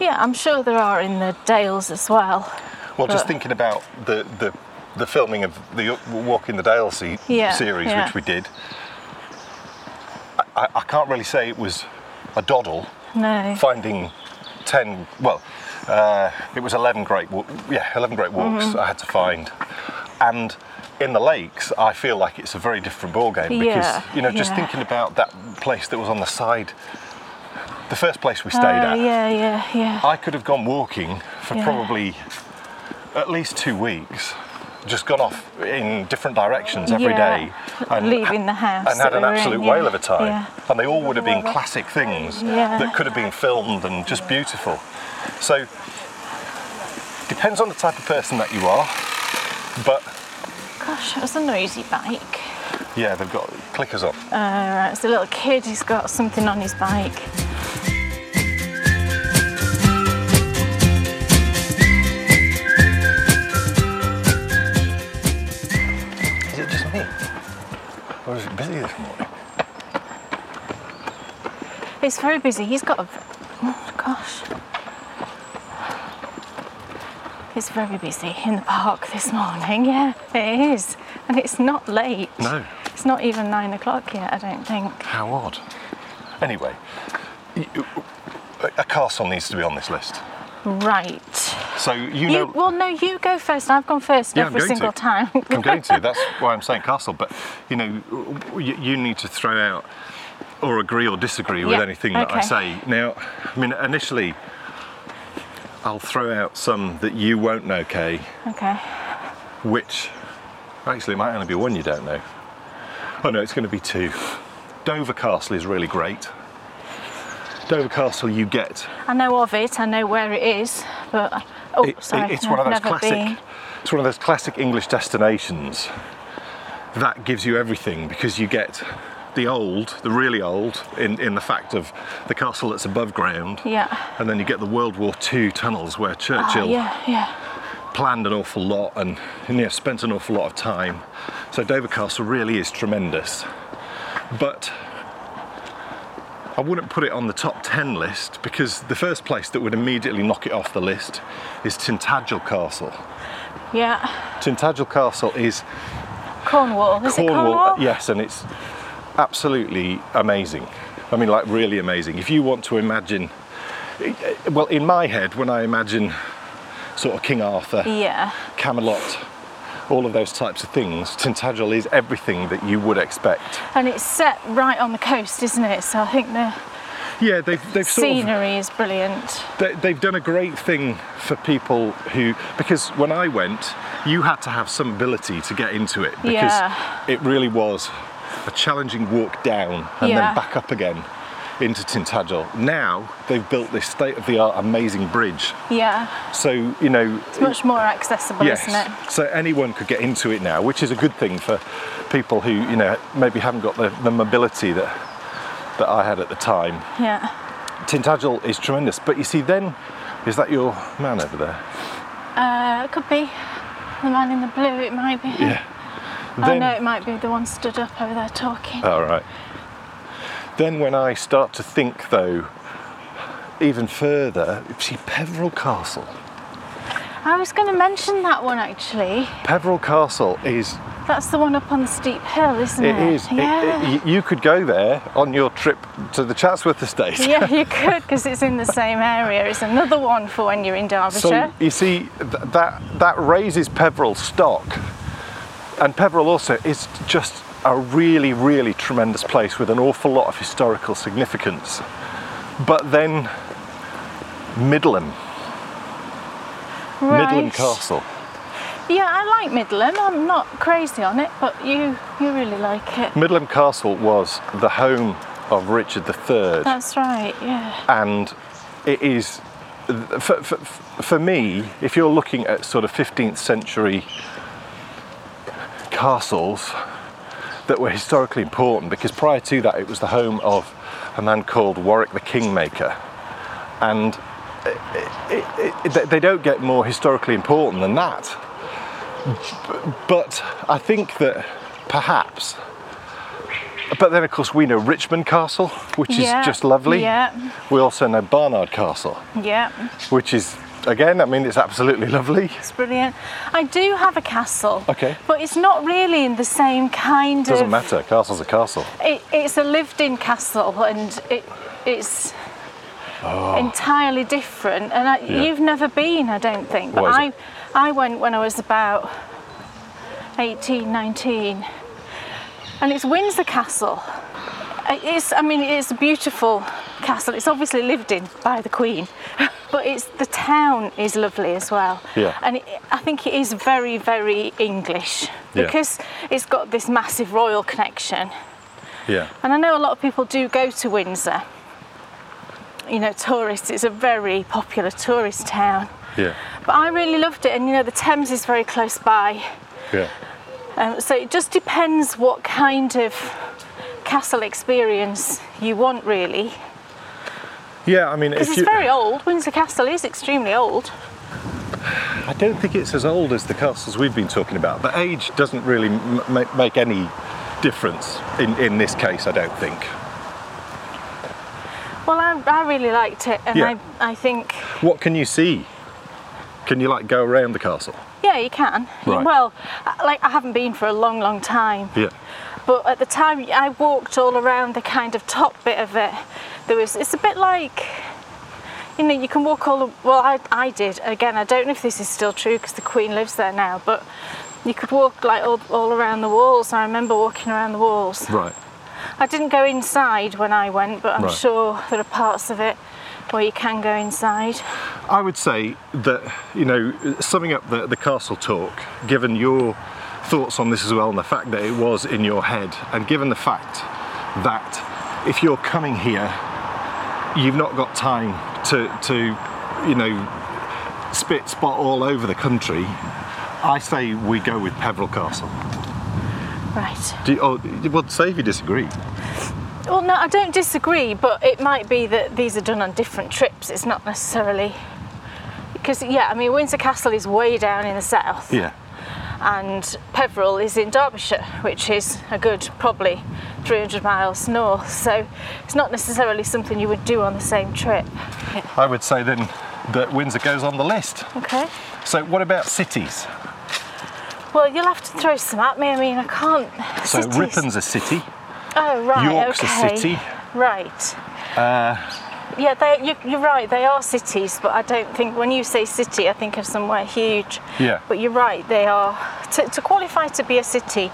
[SPEAKER 2] Yeah, I'm sure there are in the Dales as well.
[SPEAKER 1] Well, just
[SPEAKER 2] But-
[SPEAKER 1] thinking about the, the, the filming of the Walk in the Dale se-
[SPEAKER 2] Yeah,
[SPEAKER 1] series,
[SPEAKER 2] yeah.
[SPEAKER 1] which we did, I, I- I can't really say it was a doddle
[SPEAKER 2] No.
[SPEAKER 1] finding 10 well uh, it was 11 great wa- yeah 11 great walks
[SPEAKER 2] Mm-hmm.
[SPEAKER 1] i had to find and in the lakes i feel like it's a very different ball game because
[SPEAKER 2] Yeah,
[SPEAKER 1] you know just
[SPEAKER 2] yeah.
[SPEAKER 1] thinking about that place that was on the side the first place we stayed
[SPEAKER 2] Oh,
[SPEAKER 1] at
[SPEAKER 2] yeah, yeah, yeah.
[SPEAKER 1] i could have gone walking for
[SPEAKER 2] Yeah.
[SPEAKER 1] probably at least two weeks just gone off in different directions every
[SPEAKER 2] Yeah,
[SPEAKER 1] day,
[SPEAKER 2] leaving the house
[SPEAKER 1] and had
[SPEAKER 2] that
[SPEAKER 1] an
[SPEAKER 2] we were in,
[SPEAKER 1] absolute
[SPEAKER 2] yeah,
[SPEAKER 1] whale of a time
[SPEAKER 2] yeah.
[SPEAKER 1] and they all would have been classic things
[SPEAKER 2] Yeah.
[SPEAKER 1] that could have been filmed and just beautiful. So depends on the type of person that you are, but
[SPEAKER 2] Gosh, that was a noisy bike.
[SPEAKER 1] yeah, they've got clickers on.
[SPEAKER 2] Uh, right, it's a little kid who's got something on his bike.
[SPEAKER 1] Is it just me, or is it busy this morning?
[SPEAKER 2] He's very busy. He's got a. Oh, gosh. It's very busy in the park this morning. Yeah, it is. And it's not late.
[SPEAKER 1] No.
[SPEAKER 2] It's not even nine o'clock yet, I don't think.
[SPEAKER 1] How odd. Anyway, y- a castle needs to be on this list.
[SPEAKER 2] Right.
[SPEAKER 1] So you
[SPEAKER 2] You
[SPEAKER 1] know.
[SPEAKER 2] well, no, you go first. I've gone first
[SPEAKER 1] Yeah, I'm
[SPEAKER 2] every
[SPEAKER 1] going to.
[SPEAKER 2] single time.
[SPEAKER 1] I'm going to. That's why I'm saying castle. But you know, you, you need to throw out or agree or disagree with
[SPEAKER 2] Yeah,
[SPEAKER 1] anything that I
[SPEAKER 2] okay.
[SPEAKER 1] say. Now, I mean, initially, I'll throw out some that you won't know, Kay.
[SPEAKER 2] okay.
[SPEAKER 1] Which actually it might only be one you don't know. Oh no, it's going to be two. Dover Castle is really great. Dover Castle, you get
[SPEAKER 2] I know of it. I know where it is. But oh,
[SPEAKER 1] It-
[SPEAKER 2] sorry.
[SPEAKER 1] it's
[SPEAKER 2] no,
[SPEAKER 1] one of those
[SPEAKER 2] never
[SPEAKER 1] classic.
[SPEAKER 2] Been.
[SPEAKER 1] It's one of those classic English destinations that gives you everything because you get the old, the really old, in, in the fact of the castle that's above ground.
[SPEAKER 2] Yeah.
[SPEAKER 1] And then you get the World War II tunnels where Churchill
[SPEAKER 2] Oh, yeah, yeah.
[SPEAKER 1] planned an awful lot and you know, spent an awful lot of time. So Dover Castle really is tremendous. But I wouldn't put it on the top 10 list because the first place that would immediately knock it off the list is Tintagel Castle.
[SPEAKER 2] Yeah.
[SPEAKER 1] Tintagel Castle is
[SPEAKER 2] Cornwall. Is it Cornwall?
[SPEAKER 1] Yes, and it's absolutely amazing. I mean, like really amazing. If you want to imagine, well, in my head, when I imagine sort of King Arthur,
[SPEAKER 2] Yeah.
[SPEAKER 1] Camelot, all of those types of things, Tintagel is everything that you would expect.
[SPEAKER 2] And it's set right on the coast, isn't it? So I think the
[SPEAKER 1] Yeah, they've, they've sort of
[SPEAKER 2] scenery is brilliant.
[SPEAKER 1] they, they've done a great thing for people who because when I went, you had to have some ability to get into it because
[SPEAKER 2] Yeah.
[SPEAKER 1] it really was a challenging walk down and
[SPEAKER 2] Yeah.
[SPEAKER 1] then back up again into Tintagel. Now they've built this state-of-the-art amazing bridge,
[SPEAKER 2] Yeah.
[SPEAKER 1] so you know
[SPEAKER 2] It's much more accessible,
[SPEAKER 1] yes,
[SPEAKER 2] isn't it?
[SPEAKER 1] so anyone could get into it now, which is a good thing for people who you know maybe haven't got the, the mobility that that I had at the time.
[SPEAKER 2] Yeah.
[SPEAKER 1] Tintagel is tremendous. But you see, then is that your man over there?
[SPEAKER 2] Uh, it could be the man in the blue, it might be. him.
[SPEAKER 1] Then, Uh.
[SPEAKER 2] Oh no, it might be the one stood up over there talking.
[SPEAKER 1] All right. Then when I start to think though, even further, see Peveril Castle.
[SPEAKER 2] I was going to mention that one actually.
[SPEAKER 1] Peveril Castle is
[SPEAKER 2] That's the one up on the steep hill, isn't
[SPEAKER 1] it
[SPEAKER 2] it?
[SPEAKER 1] is. it- it-
[SPEAKER 2] Yeah.
[SPEAKER 1] y- you could go there on your trip to the Chatsworth estate.
[SPEAKER 2] yeah, you could because it's in the same area. It's another one for when you're in Derbyshire.
[SPEAKER 1] So you see th- that that raises Peveril stock, and Peveril also is just a really really tremendous place with an awful lot of historical significance. But then Midland,
[SPEAKER 2] right.
[SPEAKER 1] Midland Castle.
[SPEAKER 2] Yeah, I like Midland. I'm not crazy on it, but you you really like it.
[SPEAKER 1] Midland Castle was the home of Richard III.
[SPEAKER 2] That's right. Yeah.
[SPEAKER 1] and it is for, for, for me if you're looking at sort of 15th century castles that were historically important because prior to that it was the home of a man called warwick the kingmaker and it, it, it, they- they don't get more historically important than that but i think that perhaps but then of course we know richmond castle which
[SPEAKER 2] Yeah,
[SPEAKER 1] is just lovely
[SPEAKER 2] yeah.
[SPEAKER 1] we also know Barnard Castle,
[SPEAKER 2] Yeah.
[SPEAKER 1] which is again, I mean, it's absolutely lovely.
[SPEAKER 2] It's brilliant. I do have a castle.
[SPEAKER 1] Okay.
[SPEAKER 2] But it's not really in the same kind
[SPEAKER 1] Doesn't
[SPEAKER 2] of.
[SPEAKER 1] matter. Castle's a castle.
[SPEAKER 2] It, it's a lived-in castle, and it, it's entirely different. And I,
[SPEAKER 1] Oh. Yeah.
[SPEAKER 2] you've never been, I don't think. But
[SPEAKER 1] What is
[SPEAKER 2] I,
[SPEAKER 1] it?
[SPEAKER 2] I went when I was about 18, 19, and it's Windsor Castle. It's, I mean, it's a beautiful castle. It's obviously lived in by the Queen, but it's the town is lovely as well.
[SPEAKER 1] Yeah.
[SPEAKER 2] And it, I think it is very, very English
[SPEAKER 1] Yeah.
[SPEAKER 2] because it's got this massive royal connection.
[SPEAKER 1] Yeah.
[SPEAKER 2] And I know a lot of people do go to Windsor. You know, tourists, it's a very popular tourist town.
[SPEAKER 1] Yeah.
[SPEAKER 2] But I really loved it, and you know, the Thames is very close by.
[SPEAKER 1] Yeah.
[SPEAKER 2] Um, so it just depends what kind of castle experience you want, really.
[SPEAKER 1] Yeah. I mean,
[SPEAKER 2] Because
[SPEAKER 1] if
[SPEAKER 2] it's
[SPEAKER 1] you,
[SPEAKER 2] very old. Windsor Castle is extremely old.
[SPEAKER 1] I don't think it's as old as the castles we've been talking about, but age doesn't really m- ma- make any difference in, in this case. I don't think.
[SPEAKER 2] Well, I, I really liked it, and
[SPEAKER 1] Yeah.
[SPEAKER 2] I, I think,
[SPEAKER 1] What can you see? Can you like go around the castle?
[SPEAKER 2] yeah, you can. You-
[SPEAKER 1] Right.
[SPEAKER 2] Well, I- like, I haven't been for a long, long time.
[SPEAKER 1] Yeah.
[SPEAKER 2] But at the time, I walked all around the kind of top bit of it. There was, it's a bit like, you know, you can walk all the, well, I, I did. Again, I don't know if this is still true because the Queen lives there now, but you could walk like all, all around the walls. I remember walking around the walls.
[SPEAKER 1] Right.
[SPEAKER 2] I didn't go inside when I went, but I'm
[SPEAKER 1] Right.
[SPEAKER 2] sure there are parts of it where you can go inside.
[SPEAKER 1] I would say that, you know, summing up the, the castle talk, given your thoughts on this as well and the fact that it was in your head, and given the fact that if you're coming here, you've not got time to, to you know, spit spot all over the country, I say we go with Peveril Castle.
[SPEAKER 2] Right.
[SPEAKER 1] Do you, oh, well, say if you disagree.
[SPEAKER 2] Well, no, I don't disagree, but it might be that these are done on different trips. It's not necessarily because, yeah, I mean, Windsor Castle is way down in the south,
[SPEAKER 1] Yeah.
[SPEAKER 2] and Peveril is in Derbyshire, which is a good probably 300 miles north. So it's not necessarily something you would do on the same trip.
[SPEAKER 1] I would say then that Windsor goes on the list.
[SPEAKER 2] Okay.
[SPEAKER 1] So, what about cities?
[SPEAKER 2] Well, you'll have to throw some at me. I mean, I can't.
[SPEAKER 1] So,
[SPEAKER 2] cities.
[SPEAKER 1] Rippon's a city.
[SPEAKER 2] Oh right.
[SPEAKER 1] York's
[SPEAKER 2] okay.
[SPEAKER 1] a city. Uh,
[SPEAKER 2] Right. yeah, they, you, you're right. They are cities, but I don't think when you say city, I think of somewhere huge.
[SPEAKER 1] Yeah.
[SPEAKER 2] But you're right. They are to, to qualify to be a city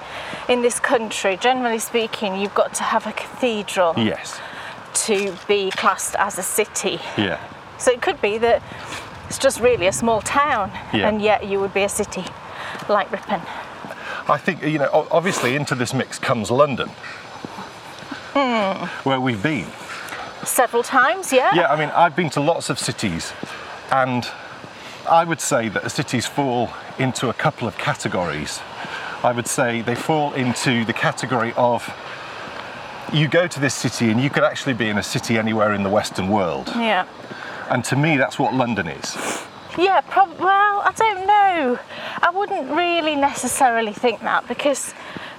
[SPEAKER 2] in this country. Generally speaking, you've got to have a cathedral
[SPEAKER 1] Yes.
[SPEAKER 2] to be classed as a city.
[SPEAKER 1] Yeah.
[SPEAKER 2] So it could be that it's just really a small town,
[SPEAKER 1] Yeah.
[SPEAKER 2] and yet you would be a city like Ripon.
[SPEAKER 1] I think, you know, o- obviously into this mix comes London, where we've been.
[SPEAKER 2] Several times, yeah.
[SPEAKER 1] Yeah, I mean, I've been to lots of cities, and I would say that cities fall into a couple of categories. I would say they fall into the category of you go to this city and you could actually be in a city anywhere in the Western world.
[SPEAKER 2] Yeah.
[SPEAKER 1] And to me, that's what London is.
[SPEAKER 2] Yeah, prob- well, I don't know. I wouldn't really necessarily think that because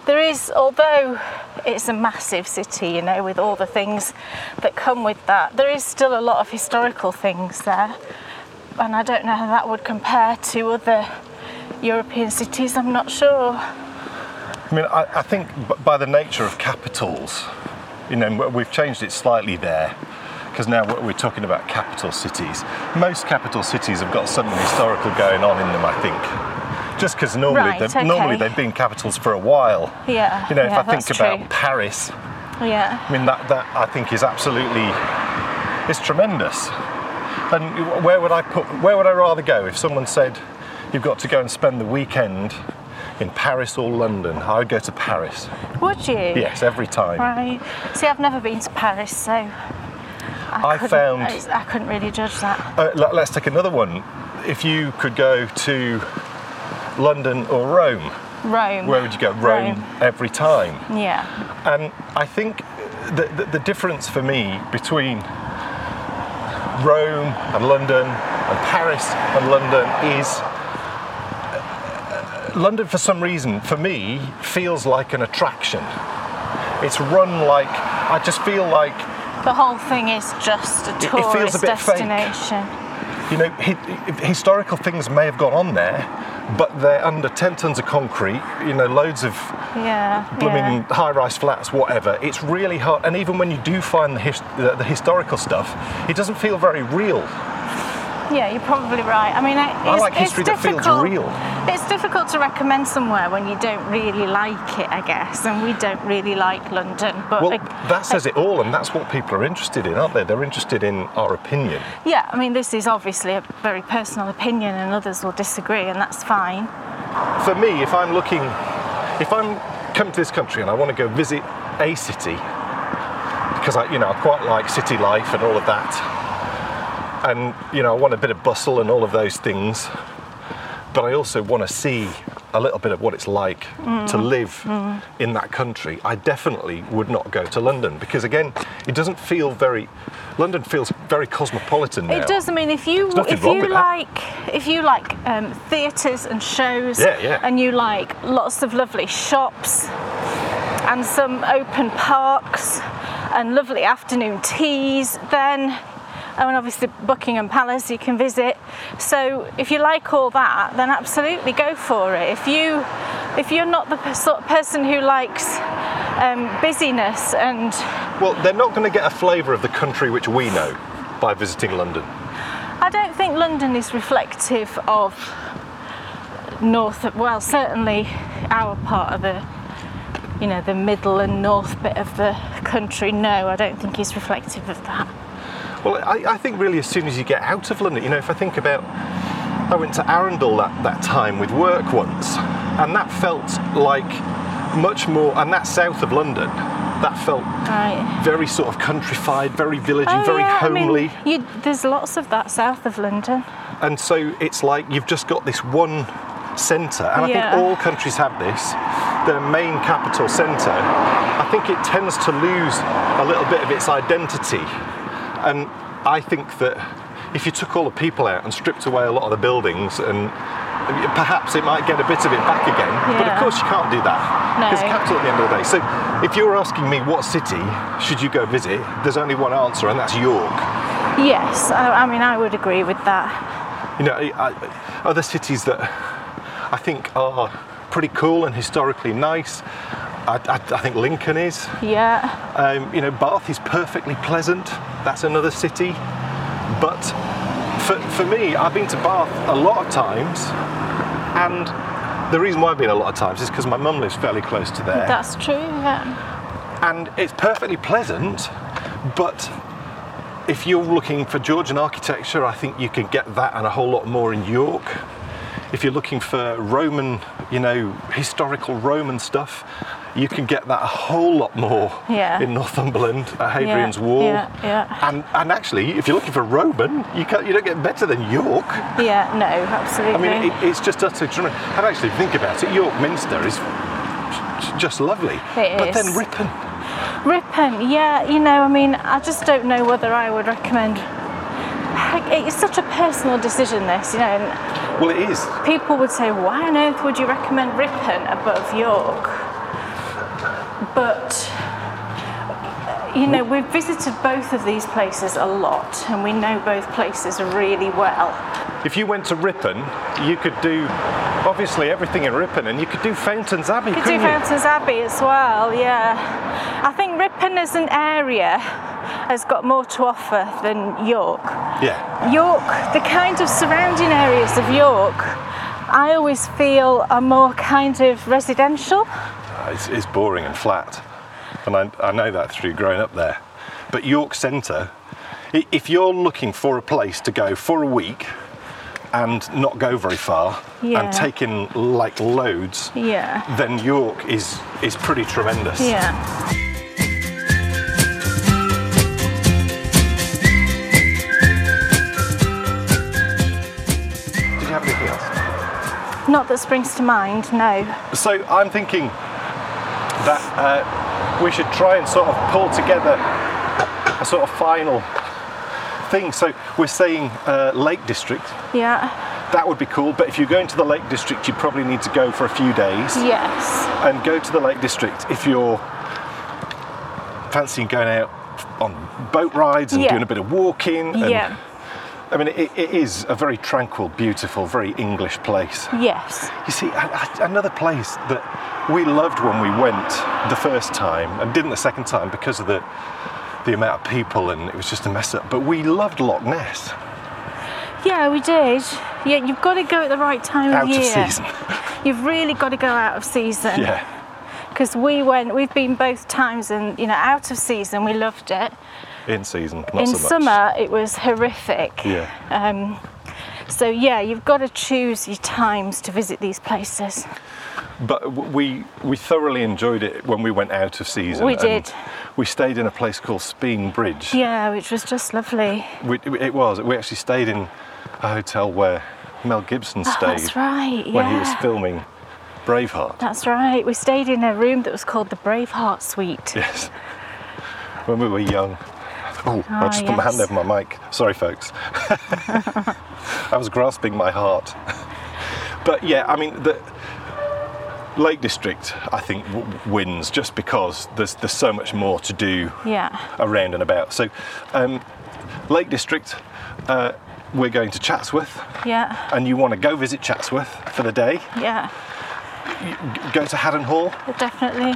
[SPEAKER 2] there is, although it's a massive city, you know, with all the things that come with that, there is still a lot of historical things there. And I don't know how that would compare to other European cities, I'm not sure.
[SPEAKER 1] I mean, I, I think b- by the nature of capitals, you know, we- we've changed it slightly there because now we're- we're talking about capital cities. Most capital cities have got something historical going on in them, I think. Just because normally,
[SPEAKER 2] Right,
[SPEAKER 1] they've, normally
[SPEAKER 2] okay.
[SPEAKER 1] they've been capitals for a while.
[SPEAKER 2] Yeah,
[SPEAKER 1] You know, if
[SPEAKER 2] yeah,
[SPEAKER 1] I think
[SPEAKER 2] that's
[SPEAKER 1] about
[SPEAKER 2] true.
[SPEAKER 1] Paris,
[SPEAKER 2] Yeah.
[SPEAKER 1] I mean, that, that I think is absolutely, it's tremendous. And where would I put, where would I rather go? If someone said, you've got to go and spend the weekend in Paris or London, I would go to Paris.
[SPEAKER 2] Would you?
[SPEAKER 1] Yes, every time.
[SPEAKER 2] Right. See, I've never been to Paris, so I,
[SPEAKER 1] I
[SPEAKER 2] couldn't-
[SPEAKER 1] found-
[SPEAKER 2] I- I couldn't really judge that.
[SPEAKER 1] Uh, let- let's take another one. If you could go to London or Rome,
[SPEAKER 2] Rome.
[SPEAKER 1] where would you go? Rome, every time.
[SPEAKER 2] Yeah.
[SPEAKER 1] And I think the, the, the difference for me between Rome and London and Paris and London is uh, London, for some reason, for me, feels like an attraction. It's run like, I just feel like
[SPEAKER 2] The whole thing is just a
[SPEAKER 1] it
[SPEAKER 2] tourist
[SPEAKER 1] feels a bit fake.
[SPEAKER 2] destination.
[SPEAKER 1] You know, hi- hi- historical things may have gone on there, but they're under 10 tons of concrete, you know, loads of
[SPEAKER 2] Yeah.
[SPEAKER 1] blooming high rise flats, whatever. It's really hard. And even when you do find the, his- the, the historical stuff, it doesn't feel very real.
[SPEAKER 2] Yeah. yeah, you're probably right. I mean, it, it's,
[SPEAKER 1] like
[SPEAKER 2] it's
[SPEAKER 1] history that feels
[SPEAKER 2] difficult.
[SPEAKER 1] real.
[SPEAKER 2] It's difficult to recommend somewhere when you don't really like it, I guess. And we don't really like London, but
[SPEAKER 1] Well,
[SPEAKER 2] like,
[SPEAKER 1] that says it all, and that's what people are interested in, aren't they? They're interested in our opinion.
[SPEAKER 2] yeah. I mean, this is obviously a very personal opinion, and others will disagree, and that's fine.
[SPEAKER 1] For me, if I'm looking, if I'm coming to this country and I want to go visit a city, because I, you know, I quite like city life and all of that, and you know, I want a bit of bustle and all of those things, but I also want to see a little bit of what it's like to
[SPEAKER 2] Mm.
[SPEAKER 1] live in that country. I definitely would not go to London because, again, it doesn't feel very. London feels very cosmopolitan now.
[SPEAKER 2] It does. I mean, if you
[SPEAKER 1] nothing
[SPEAKER 2] if
[SPEAKER 1] wrong
[SPEAKER 2] you
[SPEAKER 1] with that.
[SPEAKER 2] like if you like um, theatres and shows,
[SPEAKER 1] Yeah, yeah.
[SPEAKER 2] and you like lots of lovely shops and some open parks and lovely afternoon teas, then. I mean, obviously, Buckingham Palace you can visit. So, if you like all that, then absolutely go for it. If you, if you're not the per- sort of person who likes um, busyness and
[SPEAKER 1] Well, they're not going to get a flavour of the country which we know by visiting London.
[SPEAKER 2] I don't think London is reflective of north. Well, certainly our part of the, you know, the middle and north bit of the country. No, I don't think it's reflective of that.
[SPEAKER 1] Well, I, I think really as soon as you get out of London, you know, if I think about, I went to Arundel that, that time with work once, and that felt like much more, and that's south of London, that felt
[SPEAKER 2] Right.
[SPEAKER 1] very sort of countrified, very villagey, very
[SPEAKER 2] Oh, yeah,
[SPEAKER 1] homely.
[SPEAKER 2] I mean, you, there's lots of that south of London.
[SPEAKER 1] And so it's like you've just got this one centre, and I
[SPEAKER 2] Yeah.
[SPEAKER 1] think all countries have this, their main capital centre. I think it tends to lose a little bit of its identity. And I think that if you took all the people out and stripped away a lot of the buildings and perhaps it might get a bit of it back again but of
[SPEAKER 2] Yeah.
[SPEAKER 1] course you can't do that
[SPEAKER 2] No.
[SPEAKER 1] it's capital at the end of the day so if you're asking me what city should you go visit there's only one answer and that's york
[SPEAKER 2] Yes, I, I mean I would agree with that.
[SPEAKER 1] you know, I, I- other cities that I think are pretty cool and historically nice. I, I, I think Lincoln is.
[SPEAKER 2] Yeah.
[SPEAKER 1] Um, you know, Bath is perfectly pleasant. That's another city. But for, for me, I've been to Bath a lot of times, and the reason why I've been a lot of times is because my mum lives fairly close to there,
[SPEAKER 2] That's true. Yeah.
[SPEAKER 1] and it's perfectly pleasant. But if you're looking for Georgian architecture, I think you can get that and a whole lot more in York. If you're looking for Roman, you know, historical Roman stuff, you can get that a whole lot more
[SPEAKER 2] Yeah.
[SPEAKER 1] in Northumberland at Hadrian's
[SPEAKER 2] Yeah,
[SPEAKER 1] Wall.
[SPEAKER 2] yeah, yeah.
[SPEAKER 1] And, and actually, if you're looking for Roman, you, can't, you don't get better than York.
[SPEAKER 2] Yeah. No.
[SPEAKER 1] I
[SPEAKER 2] Absolutely.
[SPEAKER 1] mean, it, it's just utterly tremendous. And actually, think about it, York Minster is just lovely.
[SPEAKER 2] It
[SPEAKER 1] but
[SPEAKER 2] is.
[SPEAKER 1] then Ripon,
[SPEAKER 2] Ripon, yeah, you know, I mean, I just don't know whether I would recommend. It's such a personal decision, this, you know. And
[SPEAKER 1] well, it is.
[SPEAKER 2] people would say, why on earth would you recommend Ripon above York? But, you know, we've visited both of these places a lot and we know both places really well.
[SPEAKER 1] If you went to Ripon, you could do obviously everything in Ripon, and you could do Fountains Abbey,
[SPEAKER 2] You
[SPEAKER 1] could
[SPEAKER 2] could do
[SPEAKER 1] not you?
[SPEAKER 2] Fountains Abbey as well, yeah. I think Ripon as an area has got more to offer than York.
[SPEAKER 1] yeah.
[SPEAKER 2] York, the kind of surrounding areas of York, I always feel are more kind of residential.
[SPEAKER 1] Uh, It's, it's boring and flat, and I, I know that through growing up there. But York Centre, i- if you're looking for a place to go for a week and not go very far
[SPEAKER 2] Yeah.
[SPEAKER 1] and take in like loads,
[SPEAKER 2] Yeah.
[SPEAKER 1] then York is is pretty tremendous.
[SPEAKER 2] Yeah.
[SPEAKER 1] Did you have anything else?
[SPEAKER 2] Not that springs to mind, no.
[SPEAKER 1] So I'm thinking that uh, we should try and sort of pull together a sort of final thing. So we're saying uh, Lake District.
[SPEAKER 2] Yeah.
[SPEAKER 1] That would be cool. But if you're going to the Lake District, you probably need to go for a few days
[SPEAKER 2] Yes.
[SPEAKER 1] and go to the Lake District if you're fancying going out on boat rides and
[SPEAKER 2] Yeah.
[SPEAKER 1] doing a bit of walking. And,
[SPEAKER 2] yeah.
[SPEAKER 1] I mean, it, it is a very tranquil, beautiful, very English place.
[SPEAKER 2] Yes.
[SPEAKER 1] You see, a- a- another place that we loved when we went the first time and didn't the second time because of the the amount of people and it was just a mess up. But we loved Loch Ness
[SPEAKER 2] Yeah, we did. Yeah, you've got to go at the right time
[SPEAKER 1] out
[SPEAKER 2] of year.
[SPEAKER 1] of season.
[SPEAKER 2] You've really got to go out of season.
[SPEAKER 1] Yeah,
[SPEAKER 2] Because we went, we've been both times, and you know, out of season, we loved it.
[SPEAKER 1] in season, not
[SPEAKER 2] in
[SPEAKER 1] so much.
[SPEAKER 2] summer it was horrific
[SPEAKER 1] Yeah.
[SPEAKER 2] um, so yeah you've got to choose your times to visit these places
[SPEAKER 1] But w- we we thoroughly enjoyed it when we went out of season.
[SPEAKER 2] We
[SPEAKER 1] and
[SPEAKER 2] did.
[SPEAKER 1] We stayed in a place called Speen Bridge.
[SPEAKER 2] yeah which was just lovely
[SPEAKER 1] We, it was. We actually stayed in a hotel where Mel Gibson
[SPEAKER 2] Oh,
[SPEAKER 1] stayed
[SPEAKER 2] that's right yeah
[SPEAKER 1] when he was filming Braveheart.
[SPEAKER 2] that's right we stayed in a room that was called the braveheart suite
[SPEAKER 1] Yes. When we were young. Oh, I
[SPEAKER 2] Ah,
[SPEAKER 1] just put my hand
[SPEAKER 2] yes.
[SPEAKER 1] over my mic. Sorry, folks. I was grasping my heart. but yeah, I mean, the Lake District, I think, w- wins just because there's, there's so much more to do
[SPEAKER 2] yeah
[SPEAKER 1] around and about. So, um, Lake District, uh, we're going to Chatsworth,
[SPEAKER 2] yeah
[SPEAKER 1] and you want to go visit Chatsworth for the day,
[SPEAKER 2] yeah
[SPEAKER 1] G- go to Haddon Hall.
[SPEAKER 2] definitely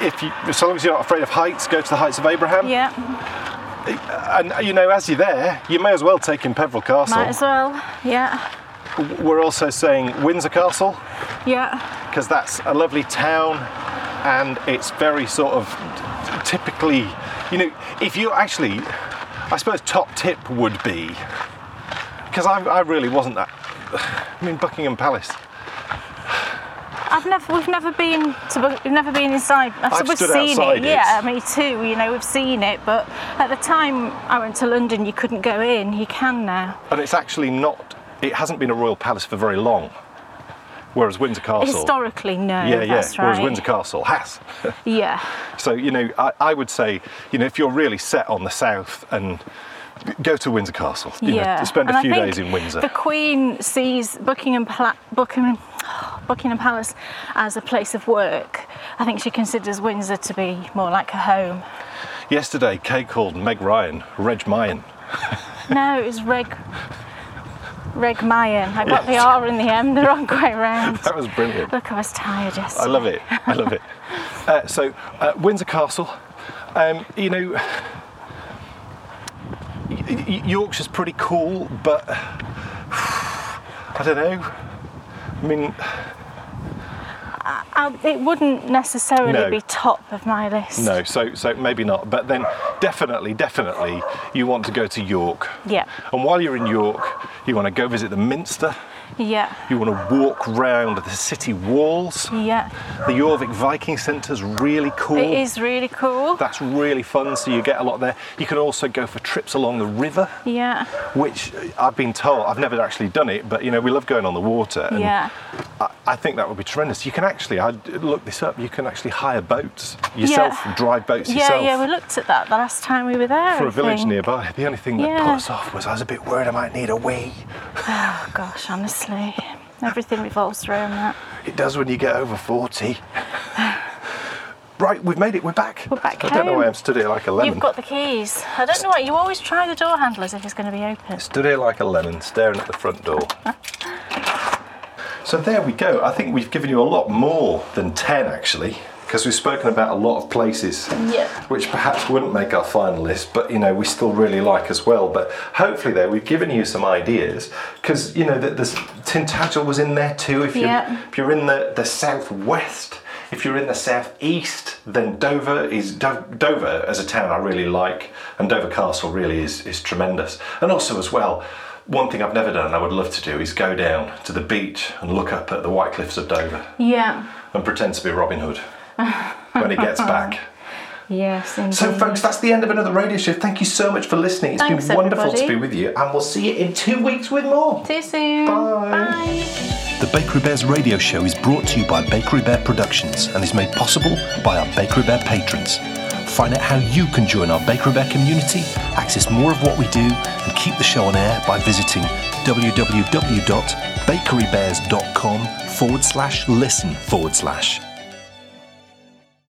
[SPEAKER 1] If you, as long as you're not afraid of heights, go to the Heights of Abraham.
[SPEAKER 2] yeah
[SPEAKER 1] And you know, as you're there, you may as well take in Peveril Castle.
[SPEAKER 2] might as well yeah
[SPEAKER 1] We're also saying Windsor Castle
[SPEAKER 2] yeah
[SPEAKER 1] because that's a lovely town and it's very sort of typically, you know, if you actually, I suppose top tip would be because I, I really wasn't that. I mean, Buckingham Palace.
[SPEAKER 2] I've never, we've never been to, Bu- we've never been inside. I've,
[SPEAKER 1] I've
[SPEAKER 2] we've
[SPEAKER 1] stood
[SPEAKER 2] seen
[SPEAKER 1] outside
[SPEAKER 2] it.
[SPEAKER 1] it.
[SPEAKER 2] Yeah, me too. You know, we've seen it, but at the time I went to London, you couldn't go in. You can now.
[SPEAKER 1] And it's actually not, it hasn't been a royal palace for very long. Whereas Windsor Castle.
[SPEAKER 2] Historically, no.
[SPEAKER 1] yeah, yeah.
[SPEAKER 2] That's right.
[SPEAKER 1] Whereas Windsor Castle has.
[SPEAKER 2] Yeah,
[SPEAKER 1] So you know, I, I would say you know if you're really set on the south and go to Windsor Castle, you
[SPEAKER 2] yeah.
[SPEAKER 1] know, spend
[SPEAKER 2] And
[SPEAKER 1] a
[SPEAKER 2] I
[SPEAKER 1] few
[SPEAKER 2] think
[SPEAKER 1] days in Windsor.
[SPEAKER 2] The Queen sees Buckingham, Pala- Buckingham, Buckingham Palace as a place of work. I think she considers Windsor to be more like her home.
[SPEAKER 1] Yesterday, Kay called Meg Ryan Reg Mayan.
[SPEAKER 2] no, it was Reg. Regmayan. I got the
[SPEAKER 1] Yes.
[SPEAKER 2] R and the M the wrong way round.
[SPEAKER 1] That was brilliant.
[SPEAKER 2] Look, I was tired yesterday.
[SPEAKER 1] I love it. I love it. Uh, so, uh, Windsor Castle. Um, you know, y- y- Yorkshire's pretty cool, but I don't know. I mean,
[SPEAKER 2] I, Um, it wouldn't necessarily
[SPEAKER 1] No.
[SPEAKER 2] be top of my list.
[SPEAKER 1] no. So, so maybe not. But then, definitely, definitely, you want to go to York.
[SPEAKER 2] Yeah.
[SPEAKER 1] And while you're in York, you want to go visit the Minster.
[SPEAKER 2] Yeah.
[SPEAKER 1] You want to walk round the city walls.
[SPEAKER 2] Yeah.
[SPEAKER 1] The Jorvik Viking Centre's really cool.
[SPEAKER 2] It is really cool.
[SPEAKER 1] That's really fun, so you get a lot there. You can also go for trips along the river,
[SPEAKER 2] yeah.
[SPEAKER 1] which uh, I've been told, I've never actually done it, but you know, we love going on the water. And
[SPEAKER 2] Yeah.
[SPEAKER 1] I, I think that would be tremendous. You can actually, I looked this up, you can actually hire boats yourself, drive boats
[SPEAKER 2] yeah,
[SPEAKER 1] yourself.
[SPEAKER 2] Yeah, we looked at that the last time we were there.
[SPEAKER 1] for
[SPEAKER 2] I
[SPEAKER 1] a village
[SPEAKER 2] think.
[SPEAKER 1] nearby. The only thing that put
[SPEAKER 2] Yeah.
[SPEAKER 1] us off was I was a bit worried I might need a wee.
[SPEAKER 2] Oh, gosh, honestly. Everything revolves around that.
[SPEAKER 1] It does when you get over 40. right, we've made it, we're back.
[SPEAKER 2] We're back
[SPEAKER 1] I don't know why
[SPEAKER 2] home.
[SPEAKER 1] I'm stood here like a lemon.
[SPEAKER 2] You've got the keys. I don't know why you always try the door handles if it's going to be open.
[SPEAKER 1] Stood here like a lemon, staring at the front door. so there we go. I think we've given you a lot more than 10 actually, because we've spoken about a lot of places.
[SPEAKER 2] Yeah.
[SPEAKER 1] Which perhaps wouldn't make our final list, but you know, we still really like as well. But hopefully, there we've given you some ideas because you know, that there's Tintagel was in there too. If you're,
[SPEAKER 2] Yeah.
[SPEAKER 1] if you're in the, the southwest, if you're in the southeast, then Dover is Do- Dover as a town I really like, and Dover Castle really is is tremendous. And also as well, one thing I've never done and I would love to do is go down to the beach and look up at the White Cliffs of Dover
[SPEAKER 2] Yeah.
[SPEAKER 1] and pretend to be Robin Hood when he gets back.
[SPEAKER 2] Yes, indeed.
[SPEAKER 1] So, folks, that's the end of another radio show. Thank you so much for listening. It's
[SPEAKER 2] Thanks,
[SPEAKER 1] been wonderful to
[SPEAKER 2] everybody.
[SPEAKER 1] be with you, and we'll see you in two weeks with more.
[SPEAKER 2] See you soon.
[SPEAKER 1] Bye.
[SPEAKER 2] Bye.
[SPEAKER 3] The Bakery Bears radio show is brought to you by Bakery Bear Productions and is made possible by our Bakery Bear patrons. Find out how you can join our Bakery Bear community, access more of what we do, and keep the show on air by visiting www.bakerybears.com forward slash listen forward slash.